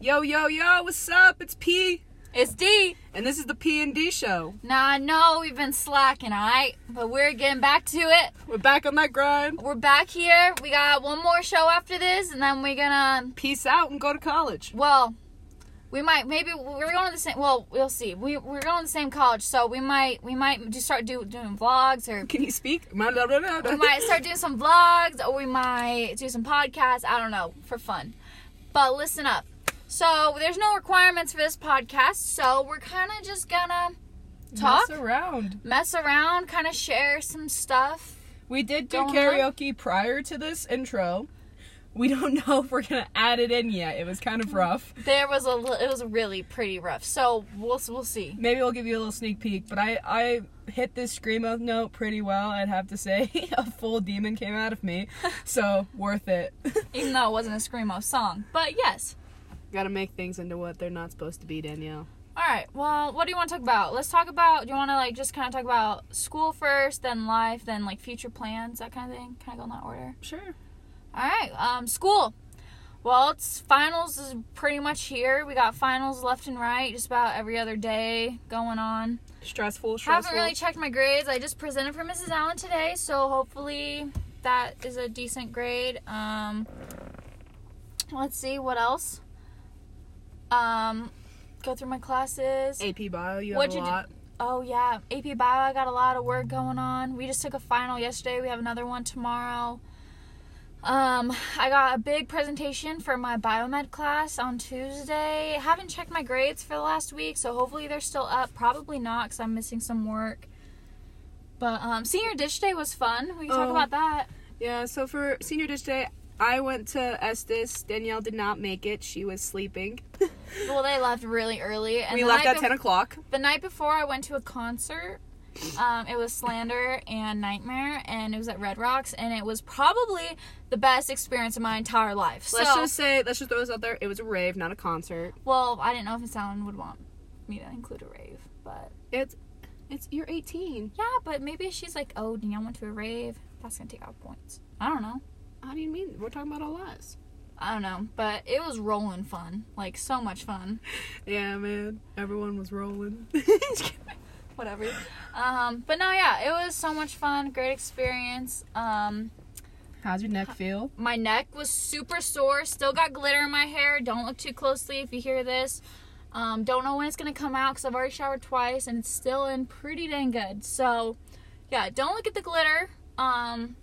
Yo, yo, yo, what's up? It's P, It's D. and this is the P and D show. Now I know we've been slacking, alright? But we're getting back to it. We're back on that grind. We're back here. We got one more show after this, and then we're gonna. Peace out and go to college. Well, we might. Maybe we're going to the same. Well, we'll see. We we're going to the same college, so we might we might just start do, doing vlogs, or Can you speak? We we might start doing some vlogs, or we might do some podcasts. I don't know for fun. But listen up. So there's no requirements for this podcast, so we're kind of just gonna talk. around. mess around, kind of share some stuff. We did do Going on? karaoke prior to this intro. We don't know if we're gonna add it in yet. It was kind of rough. There was a li- it was really pretty rough. So we'll we'll see. Maybe we'll give you a little sneak peek, but I, I hit this screamo note pretty well, I'd have to say. a full demon came out of me, so worth it. Even though it wasn't a screamo song, but yes. Gotta make things into what they're not supposed to be, Danielle. All right. Well, what do you want to talk about? Let's talk about. Do you want to like just kind of talk about school first, then life, then like future plans, that kind of thing? Kind of go in that order. Sure. All right. Um, school. Well, it's finals is pretty much here. We got finals left and right, just about every other day going on. Stressful, I stressful. haven't really checked my grades. I just presented for Mrs. Allen today, so hopefully that is a decent grade. Um, let's see what else. Um, go through my classes. AP bio, you have What'd a you do- lot. Oh yeah, AP Bio. I got a lot of work going on. We just took a final yesterday. We have another one tomorrow. Um, I got a big presentation for my biomed class on Tuesday. Haven't checked my grades for the last week, so hopefully they're still up. Probably not, cause I'm missing some work. But um, senior ditch day was fun. We can talk Oh. about that. Yeah, so for senior dish day, I went to Estes. Danielle did not make it. She was sleeping. Well, they left really early, and we the left night at 10 o'clock. The night before, I went to a concert. Um, it was Slander and Nightmare, and it was at Red Rocks, and it was probably the best experience of my entire life. So, Let's just say, let's just throw this out there. It was a rave, not a concert. well, I didn't know if Miss Allen would want me to include a rave, but It's, it's, you're 18. yeah, but maybe she's like, oh, Danielle went to a rave. That's gonna take out points. I don't know. How do you mean? We're talking about all us. I don't know, but it was rolling fun, like so much fun. Yeah, man. Everyone was rolling. Whatever. Um, but no, yeah, it was so much fun. Great experience. Um, How's your neck feel? My neck was super sore. Still got glitter in my hair. Don't look too closely if you hear this. Um, don't know when it's gonna come out because I've already showered twice and it's still in pretty dang good. So, yeah, don't look at the glitter. Um,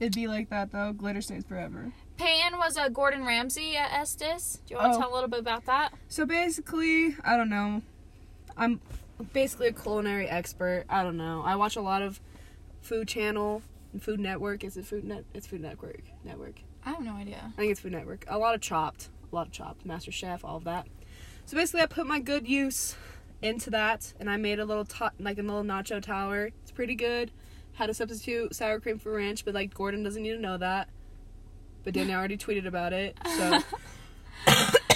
It'd be like that though. Glitter stays forever. Payton was a Gordon Ramsay at Estes. Do you want to Oh. tell a little bit about that? So basically, I don't know. I'm basically a culinary expert. I don't know. I watch a lot of Food Channel and Food Network. Is it Food Net? It's Food Network. Network. I have no idea. I think it's Food Network. A lot of Chopped, a lot of Chopped, Master Chef, all of that. So basically, I put my good use into that, and I made a little to- like a little nacho tower. It's pretty good. Had to substitute sour cream for ranch, but like Gordon doesn't need to know that. But Danielle already tweeted about it. So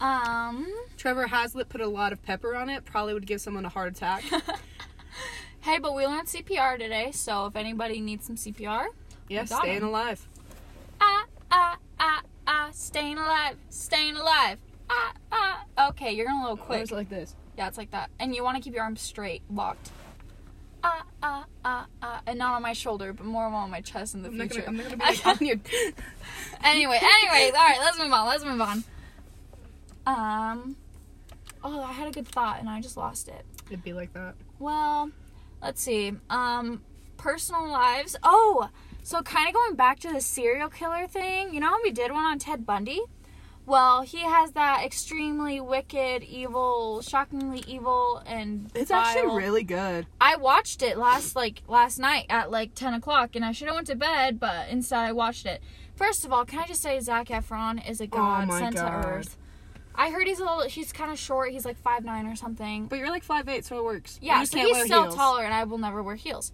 Um, Trevor Haslett put a lot of pepper on it. Probably would give someone a heart attack. hey, but we learned CPR today, so if anybody needs some CPR, Yes, got staying him. alive. ah ah ah ah, staying alive, staying alive. Ah ah. Okay, you're gonna a little Or quick. is it like this. Yeah, it's like that. And you want to keep your arms straight, locked. Ah, ah, ah, ah. And not on my shoulder, but more on my chest in the I'm not future. gonna. I'm not gonna be like on your. anyway, anyways, all right, let's move on. Let's move on. Um, oh, I had a good thought and I just lost it. It'd be like that. Well, let's see. Um, personal lives. Oh, so kind of going back to the serial killer thing. You know how we did one on Ted Bundy? Well, he has that extremely wicked, evil, shockingly evil, and vile- really good. I watched it last like last night at like ten o'clock, and I should have went to bed, but instead I watched it. First of all, can I just say Zach Efron is a god Oh my sent God. to earth. I heard he's a little. He's kind of short. He's like five nine or something. But you're like five eight, so it works. You Yeah, just so can't he's wear still heels. taller, and I will never wear heels.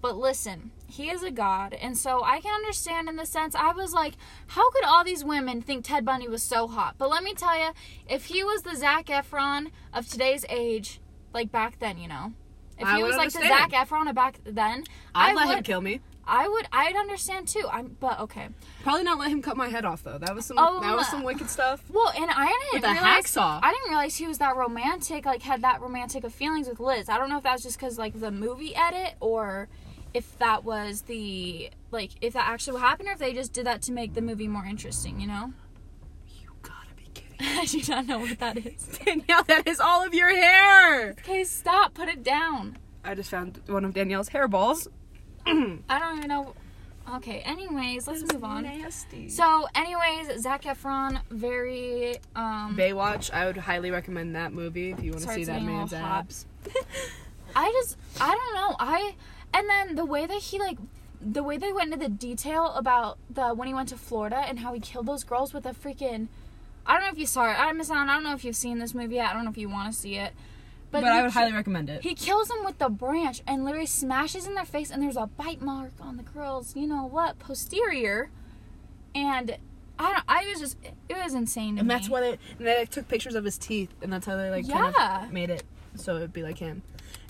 But listen, he is a god, and so I can understand in the sense I was like, how could all these women think Ted Bundy was so hot? But let me tell you, if he was the Zac Efron of today's age, like back then, you know, if I he would was like the Zac understand. Efron of back then, I'd I let him would- kill me. I would. I'd understand too. I'm. But okay. Probably not let him cut my head off though. That was some Oh, that was uh, some wicked stuff. Well, and I didn't With a realize, hacksaw. I didn't realize he was that romantic. Like had that romantic of feelings with Liz. I don't know if that was just because like the movie edit or if that was the like if that actually happened or if they just did that to make the movie more interesting. You know. You gotta be kidding. I do not know what that is. Danielle, that is all of your hair. Okay, stop. Put it down. I just found one of Danielle's hairballs. I don't even know. Okay. Anyways, let's move on. Nasty. So, anyways, Zac Efron, very um. Baywatch, I would highly recommend that movie if you want to Sorry, see it's that getting a man's little hot. abs. I just I don't know. I and then the way that he like the way they went into the detail about the when he went to Florida and how he killed those girls with a freaking I don't know if you saw it. I miss out. I don't know if you've seen this movie yet. I don't know if you want to see it. But, he I would ki- highly recommend it. he kills them with the branch and literally smashes in their face and there's a bite mark on the girls, you know what, posterior. And I don't I was just it was insane to and me. that's why they, and they like, took pictures of his teeth, and that's how they like kind Yeah. of made it so it would be like him.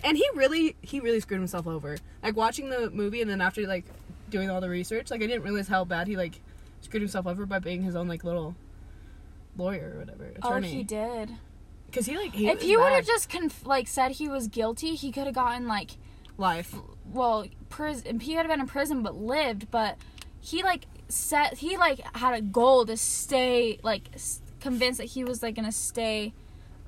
And he really, he really screwed himself over. Like watching the movie, and then after like doing all the research, like I didn't realize how bad he like screwed himself over by being his own like little lawyer or whatever Oh, attorney. he did. Because he like he if he would have just conf- like said he was guilty, he could have gotten like life. well, prison. He would have been in prison, but lived. But he like set. He like had a goal to stay like s- convinced that he was like gonna stay,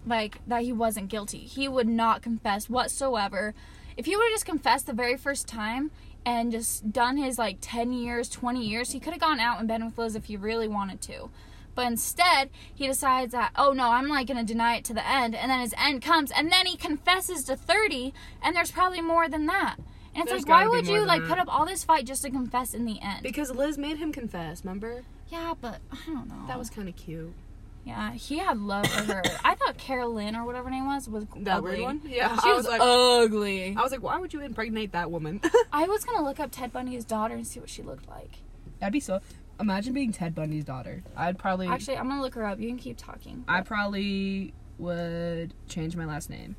like that he wasn't guilty. He would not confess whatsoever. If he would have just confessed the very first time and just done his like ten years, twenty years, he could have gone out and been with Liz if he really wanted to. But instead, he decides that, oh no, I'm like gonna deny it to the end. And then his end comes, and then he confesses to 30, and there's probably more than that. And it's There's like, why gotta be would more you than like that. put up all this fight just to confess in the end? Because Liz made him confess. Remember yeah, but I don't know. that was kind of cute. yeah. He had love for her. I thought Carolyn or whatever her name was was That ugly. weird one. Yeah, She I was, was like, uh, ugly. I was like, why would you impregnate that woman? I was gonna look up Ted Bundy's daughter and see what she looked like. That'd be so. Imagine being Ted Bundy's daughter. I'd probably. Actually, I'm gonna look her up. You can keep talking. I probably would change my last name.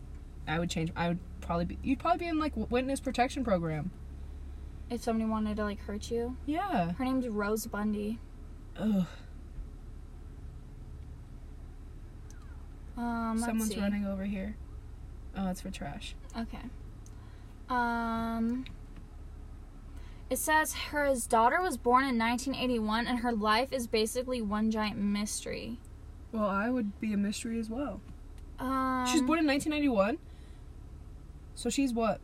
I would change. I would probably be. You'd probably be in like w- witness protection program. If somebody wanted to like hurt you, Yeah. her name's Rose Bundy. Ugh. Um, let's Someone's see. running over here. Oh, it's for trash. Okay. Um. It says her his daughter was born in 1981, and her life is basically one giant mystery. Well, I would be a mystery as well. Um, She's born in 1991. So she's what?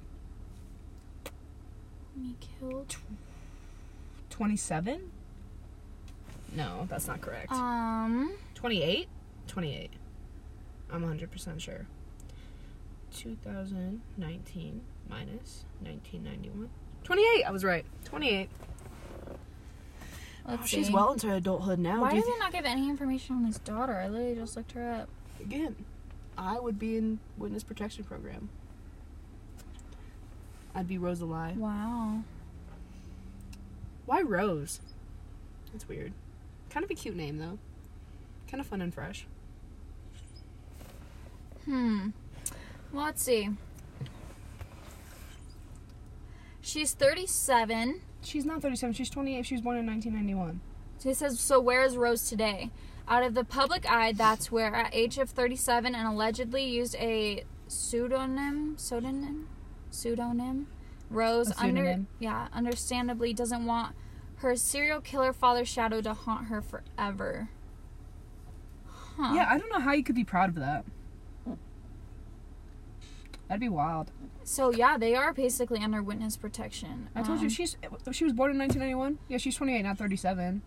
Me killed. 27? No, that's not correct. Um. 28? 28. I'm 100% sure. 2019 minus 1991. 28. I was right. 28. Let's see. She's well into her adulthood now. Why Do you did they not give any information on his daughter? I literally just looked her up. thi- Again, I would be in witness protection program. I'd be Rose alive. Wow. Why Rose? That's weird. Kind of a cute name though. Kind of fun and fresh. Hmm. Well, let's see. She's 37. She's not 37. She's 28. She was born in 1991. He says, So where is Rose today? Out of the public eye, that's where, at age of 37, and allegedly used a pseudonym, pseudonym, pseudonym, Rose, A pseudonym. under, yeah, understandably doesn't want her serial killer father's shadow to haunt her forever. Huh. Yeah, I don't know how you could be proud of that. That'd be wild. So yeah, they are basically under witness protection. I told you Um, she's she was born in 1991. Yeah, she's 28, not 37.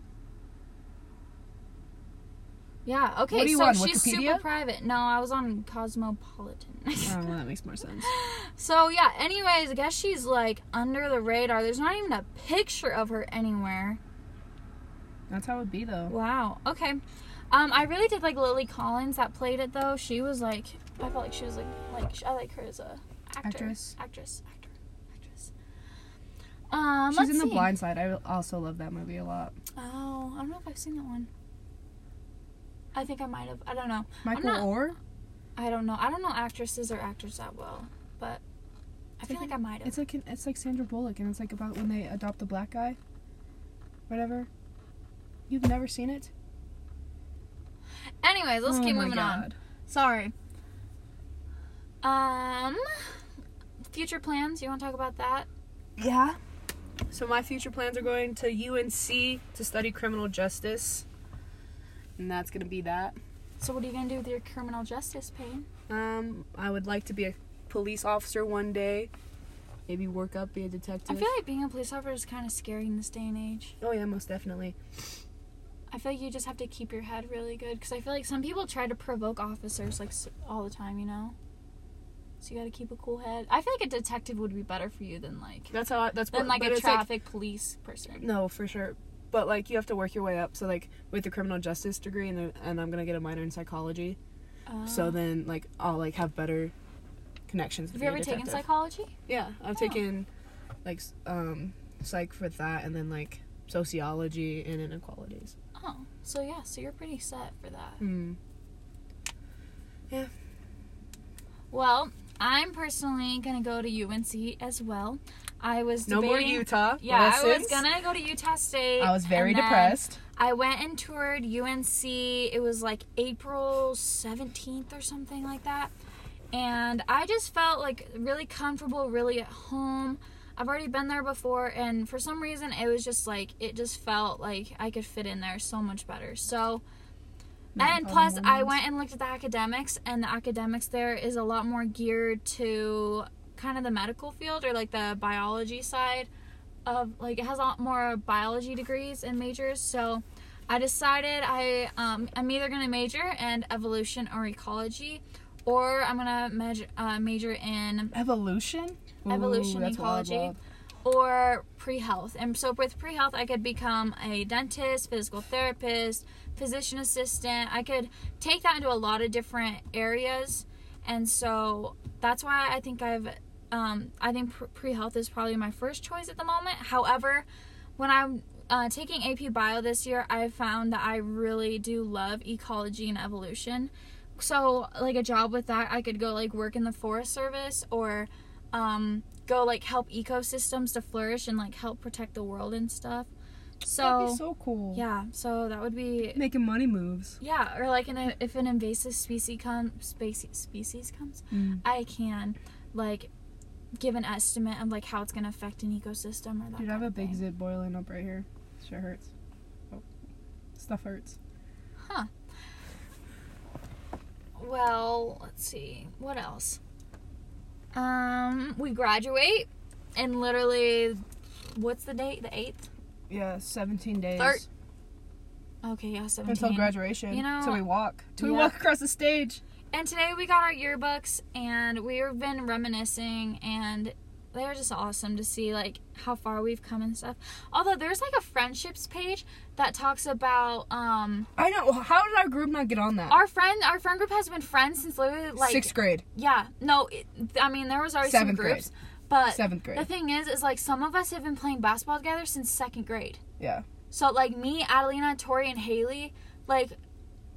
Yeah. Okay. What do you so want, she's Wikipedia? super private. No, I was on Cosmopolitan. Oh, well, that makes more sense. So yeah, anyways, I guess she's like under the radar. There's not even a picture of her anywhere. That's how it'd be though. Wow. Okay. Um, I really did like Lily Collins that played it though. She was like, I felt like she was like, like I like her as a actor, Actress. actress, actor, actress. Um, she's let's in The see. Blind Side. I also love that movie a lot. Oh, I don't know if I've seen that one. I think I might have. I don't know. Michael not- Orr. I don't know. I don't know actresses or actors that well, but I feel like I might have. It's like an, it's like Sandra Bullock, and it's like about when they adopt the black guy. Whatever. You've never seen it? Anyways, let's Oh keep my moving on. God. Sorry. Um, future plans. You want to talk about that? Yeah. So my future plans are going to UNC to study criminal justice, and that's gonna be that. So, what are you gonna do with your criminal justice, Payne? Um, I would like to be a police officer one day. Maybe work up, be a detective. I feel like being a police officer is kind of scary in this day and age. oh yeah, most definitely. I feel like you just have to keep your head really good because I feel like some people try to provoke officers like s- all the time, you know. So you got to keep a cool head. I feel like a detective would be better for you than like That's how. I, that's than what- like but a it's, like- traffic police person. no, for sure. But like you have to work your way up. So like with the criminal justice degree, and then- and I'm gonna get a minor in psychology. Uh, So then like I'll like have better connections. have with you ever taken psychology? Yeah, I've Oh. taken like s- um psych for that, and then like sociology and inequalities. Oh, so yeah, so you're pretty set for that. Hmm. Well, I'm personally gonna go to UNC as well. I was No more debating- Utah. Yeah, I was lessons. gonna go to Utah State. I was very and then depressed. I went and toured UNC. It was like April 17th or something like that. And I just felt like really comfortable, really at home. I've already been there before, and for some reason, it was just like it just felt like I could fit in there so much better. So, and all plus, the I Mormons. went and looked at the academics, and the academics there is a lot more geared to kind of the medical field or like the biology side of like it has a lot more biology degrees and majors. So I decided I um, I'm either gonna major in evolution or ecology, or I'm gonna major uh, major in Evolution? Evolution, that's wild, ecology. wild. or pre-health. And so with pre-health, I could become a dentist, physical therapist, physician assistant. I could take that into a lot of different areas. And so that's why I think I've um, I think pr- pre-health is probably my first choice at the moment. However, when I'm uh, taking AP Bio this year, I found that I really do love ecology and evolution. So, like a job with that, I could go like work in the Forest Service or um, go like help ecosystems to flourish and like help protect the world and stuff. That'd So, be so cool. yeah, so that would be Making money moves. yeah, or like an, if an invasive species comes, species species comes, Mm. I can like give an estimate of like how it's gonna affect an ecosystem or that. Dude, I have kind a of big thing. zit boiling up right here. Sure hurts. Oh, stuff hurts. Well, let's see. What else? Um, we graduate and literally what's the date? The 8th? Yeah, 17 days Thir- Okay, yeah, 17. until graduation. You know- till we walk. Till we Yeah. walk across the stage. And today we got our yearbooks and we've been reminiscing and they are just awesome to see like how far we've come and stuff. Although there's like a friendships page that talks about um I know. How did our group not get on that? our friend our friend group has been friends since literally like Sixth grade, yeah no it, I mean there was already Seventh some grade. groups but seventh grade. the thing is is like some of us have been playing basketball together since second grade. yeah. So like me, Adelina, Tori, and Haley, like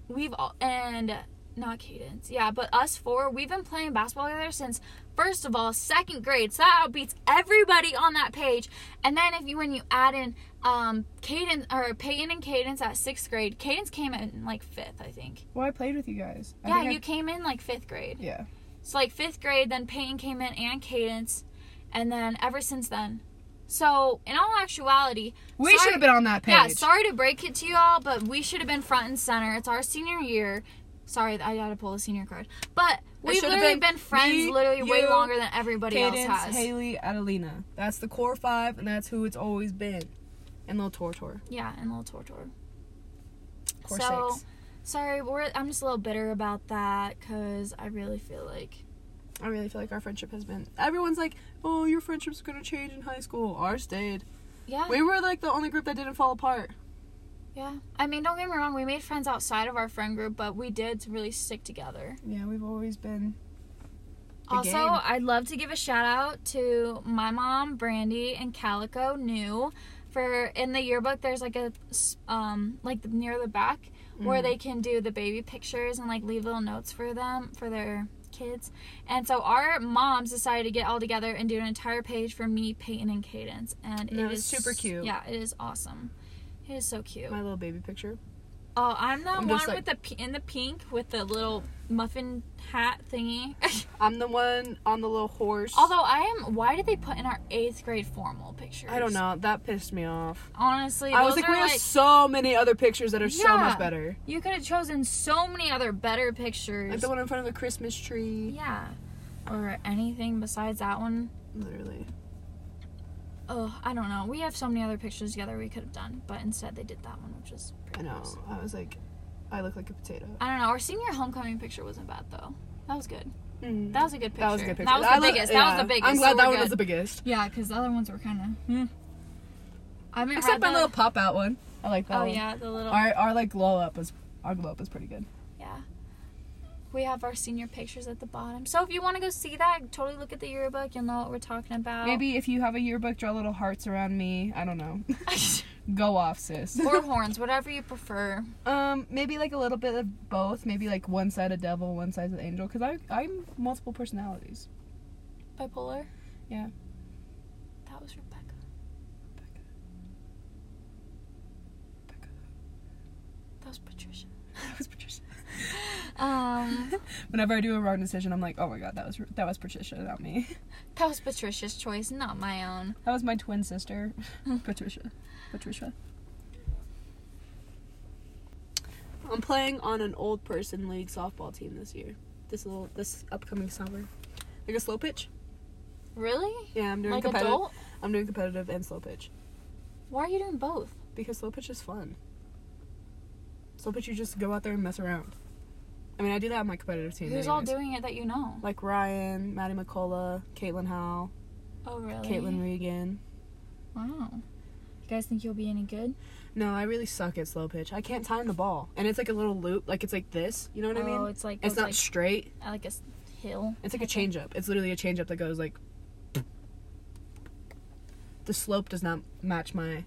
we've all and not Cadence, yeah, but us four, we've been playing basketball together since first of all second grade. So that outbeats everybody on that page. And then if you when you add in um Cadence or Peyton and Cadence at sixth grade, Cadence came in like fifth, I think. Well, I played with you guys. I yeah, think I- you came in like fifth grade. yeah. So like fifth grade, then Peyton came in and Cadence, and then ever since then. So in all actuality, We Sorry- should have been on that page. yeah, sorry to break it to y'all, but we should have been front and center. It's our senior year. Sorry, I gotta pull a senior card. But we've should've literally been been, friends me, literally way you, longer than everybody else has. Haley, Adelina. That's the core five, and that's who it's always been. And little Tortor. Yeah, and little Tortor. Core so, six. sorry, we're, I'm just a little bitter about that because I really feel like I really feel like our friendship has been. Everyone's like, "Oh, your friendship's gonna change in high school." Ours stayed. yeah, We were like the only group that didn't fall apart. yeah. I mean, don't get me wrong, we made friends outside of our friend group, but we did really stick together. Yeah, we've always been. the Also, game. I'd love to give a shout out to my mom, Brandy, and Calico New. For in the yearbook, there's like a s- um like the- Mm. near the back where they can do the baby pictures and like leave little notes for them for their kids. And so our moms decided to get all together and do an entire page for me, Peyton, and Cadence. And And it it was is super cute. Yeah, it is awesome. It is so cute. My little baby picture. Oh, I'm the I'm one just like- with the p- in the pink with the little muffin hat thingy. I'm the one on the little horse. Although I am, why did they put in our eighth grade formal pictures? I don't know. That pissed me off. Honestly, I was those like, are we have so many other pictures that are so Yeah. much better. you could have chosen so many other better pictures. Like the one in front of the Christmas tree. yeah, or anything besides that one. Literally. Oh, I don't know. We have so many other pictures together we could have done, but instead they did that one, which is I pretty know. gross. I was like, I look like a potato. I don't know. Our senior homecoming picture wasn't bad though. That was good. Mm. That was a good picture. That was a good picture. That was I the lo- biggest. yeah. That was the biggest. I'm glad so that we're one was good. the biggest. Yeah, because the other ones were kind of. I haven't Except read my the- little pop out one. I like that Oh one. yeah, the little. Our our like glow up is our glow up is pretty good. yeah. We have our senior pictures at the bottom. So if you want to go see that, totally look at the yearbook. You'll know what we're talking about. Maybe if you have a yearbook, draw little hearts around me. I don't know. Go off, sis. or horns, whatever you prefer. Um, maybe like a little bit of both. Maybe like one side a devil, one side an angel. Cause I I'm multiple personalities. Bipolar. Yeah. That was Rebecca. That was Patricia. That was Patricia. Um, Whenever I do a wrong decision, I'm like, oh my god, that was that was Patricia, not me. that was Patricia's choice, not my own. That was my twin sister, Patricia. Patricia. I'm playing on an old person league softball team this year. This little this upcoming summer. Like a slow pitch? Really? Yeah, I'm doing Like competitive. adult? I'm doing competitive and slow pitch. Why are you doing both? Because slow pitch is fun. Slow pitch you just go out there and mess around. I mean I do that on my competitive team. Who's all anyways. doing it that you know? like Ryan, Maddie McCullough, Caitlin Howe, Oh really? Caitlin Regan. Wow. You guys think you'll be any good? No, I really suck at slow pitch. I can't time the ball. And it's like a little loop, like it's like this. You know what I mean? Oh, it's like it's goes not like, straight. uh, like a s- hill. It's like a type of- change up. It's literally a change up that goes like the slope does not match my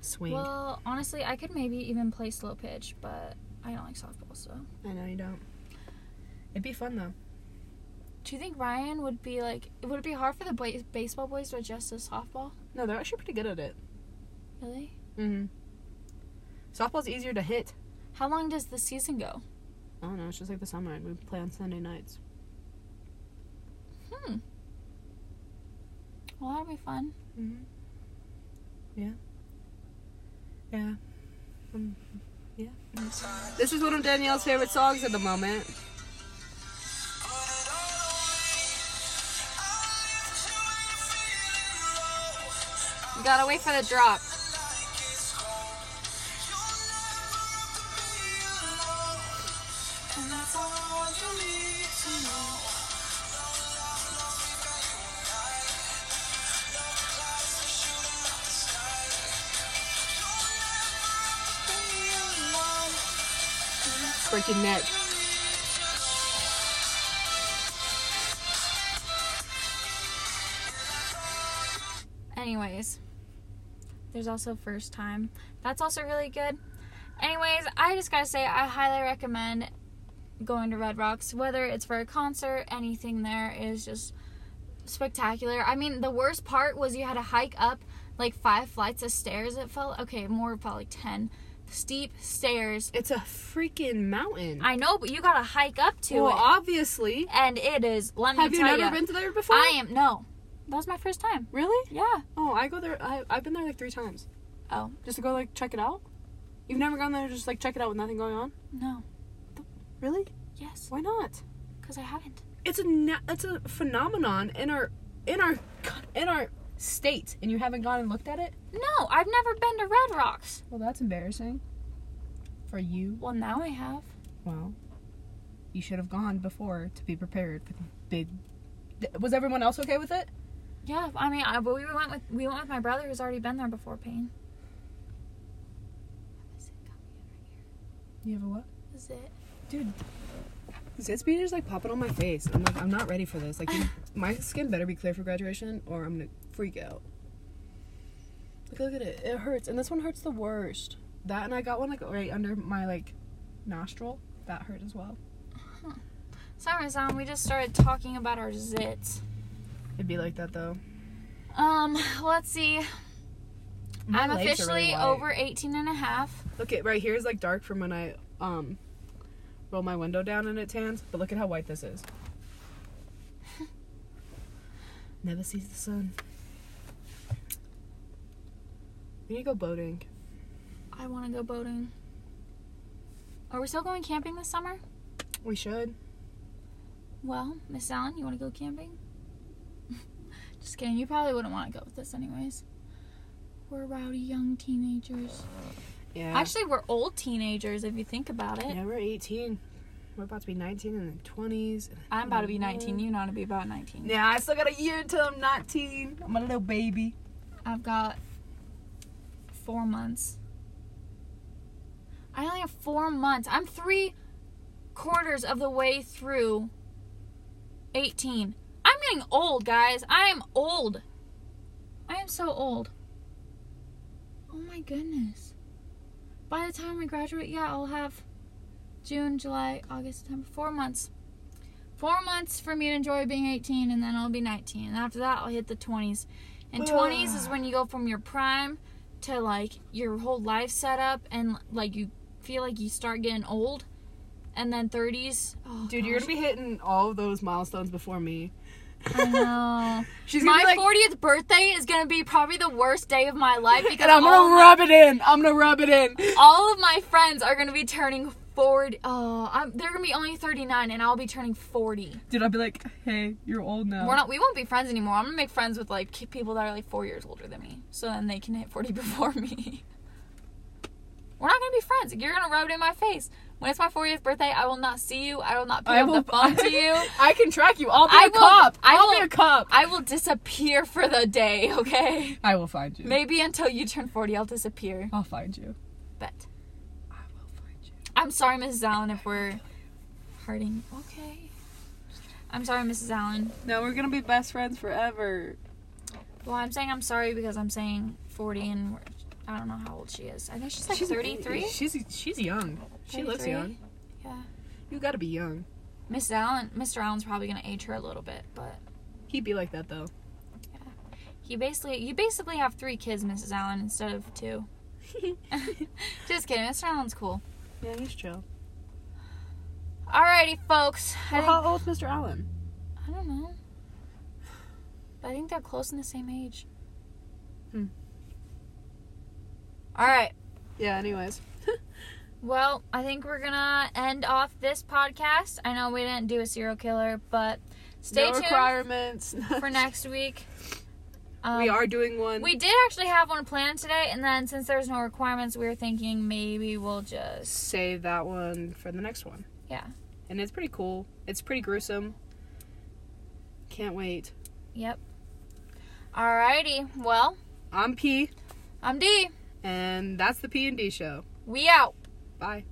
swing. Well, honestly, I could maybe even play slow pitch, but I don't like softball. So, I know you don't. It'd be fun though. do you think Ryan would be like? Would it be hard for the ba- baseball boys to adjust to softball? No, they're actually pretty good at it. Really? Mm-hmm. Softball's easier to hit. How long does the season go? I don't know. It's just like the summer. and We play on Sunday nights. Hmm. Well, that'd be fun. Mm-hmm. Yeah. Yeah. Um, yeah. Mm-hmm. This is one of Danielle's favorite songs at the moment. You gotta wait for the drop. Breaking neck. Anyways, there's also first time. That's also really good. Anyways, I just gotta say I highly recommend going to Red Rocks, whether it's for a concert, anything there is just spectacular. I mean, the worst part was you had to hike up like five flights of stairs. It felt okay, more felt like ten steep stairs. It's a freaking mountain. I know, but you gotta hike up to well, it, obviously. and it is. Let me Have you tell never ya, been to there before? I am no. That was my first time. Really? Yeah. Oh, I go there. I, I've been there like three times Oh just to go like check it out. You've never gone there to just like check it out with nothing going on? no. Really? Yes, Why not? because I haven't. It's a na- it's a phenomenon in our in our co- in our state, and you haven't gone and looked at it. No, I've never been to Red Rocks. Well, that's embarrassing. For you. Well, now I have. Well, you should have gone before to be prepared for the big. Was everyone else okay with it? Yeah, I mean, I, but we went with we went with my brother who's already been there before. Pain. You have a what? Is it? Zit beater's like popping on my face. I'm like, I'm not ready for this. Like, you- my skin better be clear for graduation, or I'm gonna freak out. Like, look at it. It hurts, and this one hurts the worst. That, and I got one like right under my like nostril. That hurt as well. Sorry, Sam, we just started talking about our zits. It'd be like that though. Um, let's see. My I'm legs are really officially white. over 18 and a half. Look at right here is like dark from when I um roll my window down and it tans, but look at how white this is. Never sees the sun. We need to go boating. I want to go boating. Are we still going camping this summer? We should. Well, Miss Allen, you want to go camping? Just kidding. You probably wouldn't want to go with us, anyways. We're rowdy young teenagers. Yeah. Actually, we're old teenagers if you think about it. yeah, we're 18. We're about to be 19 and then 20s. I'm about to be 19. You know how to be about 19. Yeah, I still got a year until I'm 19. I'm a little baby. I've got four months. I only have four months. I'm three quarters of the way through 18. I'm getting old, guys. I am old. I am so old. Oh my goodness. By the time we graduate, yeah, I'll have June, July, August, September. Four months. Four months for me to enjoy being 18, and then I'll be 19. And after that, I'll hit the 20s. And 20s is when you go from your prime to like your whole life set up, and like you feel like you start getting old. And then 30s. Oh, Dude, you're gosh. gonna be hitting all those milestones before me. I know. She's gonna my be like, 40th birthday is gonna be probably the worst day of my life because and I'm all, gonna rub it in. I'm gonna rub it in. all of my friends are gonna be turning 40. Oh, I'm, they're gonna be only 39 and I'll be turning 40. Dude, I'd be like, hey, you're old Oh. now. We're not. We won't be friends anymore. I'm gonna make friends with like ki- people that are like four years older than me, so then they can hit 40 before me. We're not gonna be friends. You're gonna rub it in my face. When it's my 40th birthday, I will not see you. I will not pick I up will- the phone to you. I can track you. I'll be I a will- cop. I I'll will- be a cop. I will disappear for the day. Okay. I will find you. Maybe until you turn 40, I'll disappear. I'll find you. Bet. I will find you. I'm sorry, Mrs. Allen, if we're hurting. Okay. I'm sorry, Mrs. Allen. No, we're gonna be best friends forever. Well, I'm saying I'm sorry because I'm saying 40 and we're, I don't know how old she is. I think she's like 33. She's she's young. She looks 33? young. Yeah. You gotta be young. Mrs. Allen, Mr. Allen's probably gonna age her a little bit, but He'd be like that though. he basically you basically have three kids, Mrs. Allen, instead of two. Just kidding. Mr. Allen's cool. yeah, he's chill. Alrighty, folks. Well, I, think, how old's Mr. Allen? I don't know. But I think they're close in the same age. Hmm. All right. Yeah. Anyways, Well, I think we're gonna end off this podcast. I know we didn't do a serial killer, but stay no tuned requirements for next week. Um, we are doing one. We did actually have one planned today, and then since there's no requirements, we were thinking maybe we'll just save that one for the next one. yeah And it's pretty cool. It's pretty gruesome. Can't wait. yep. Alrighty. Well, I'm P, I'm D. and that's the P and D show. We out. Bye.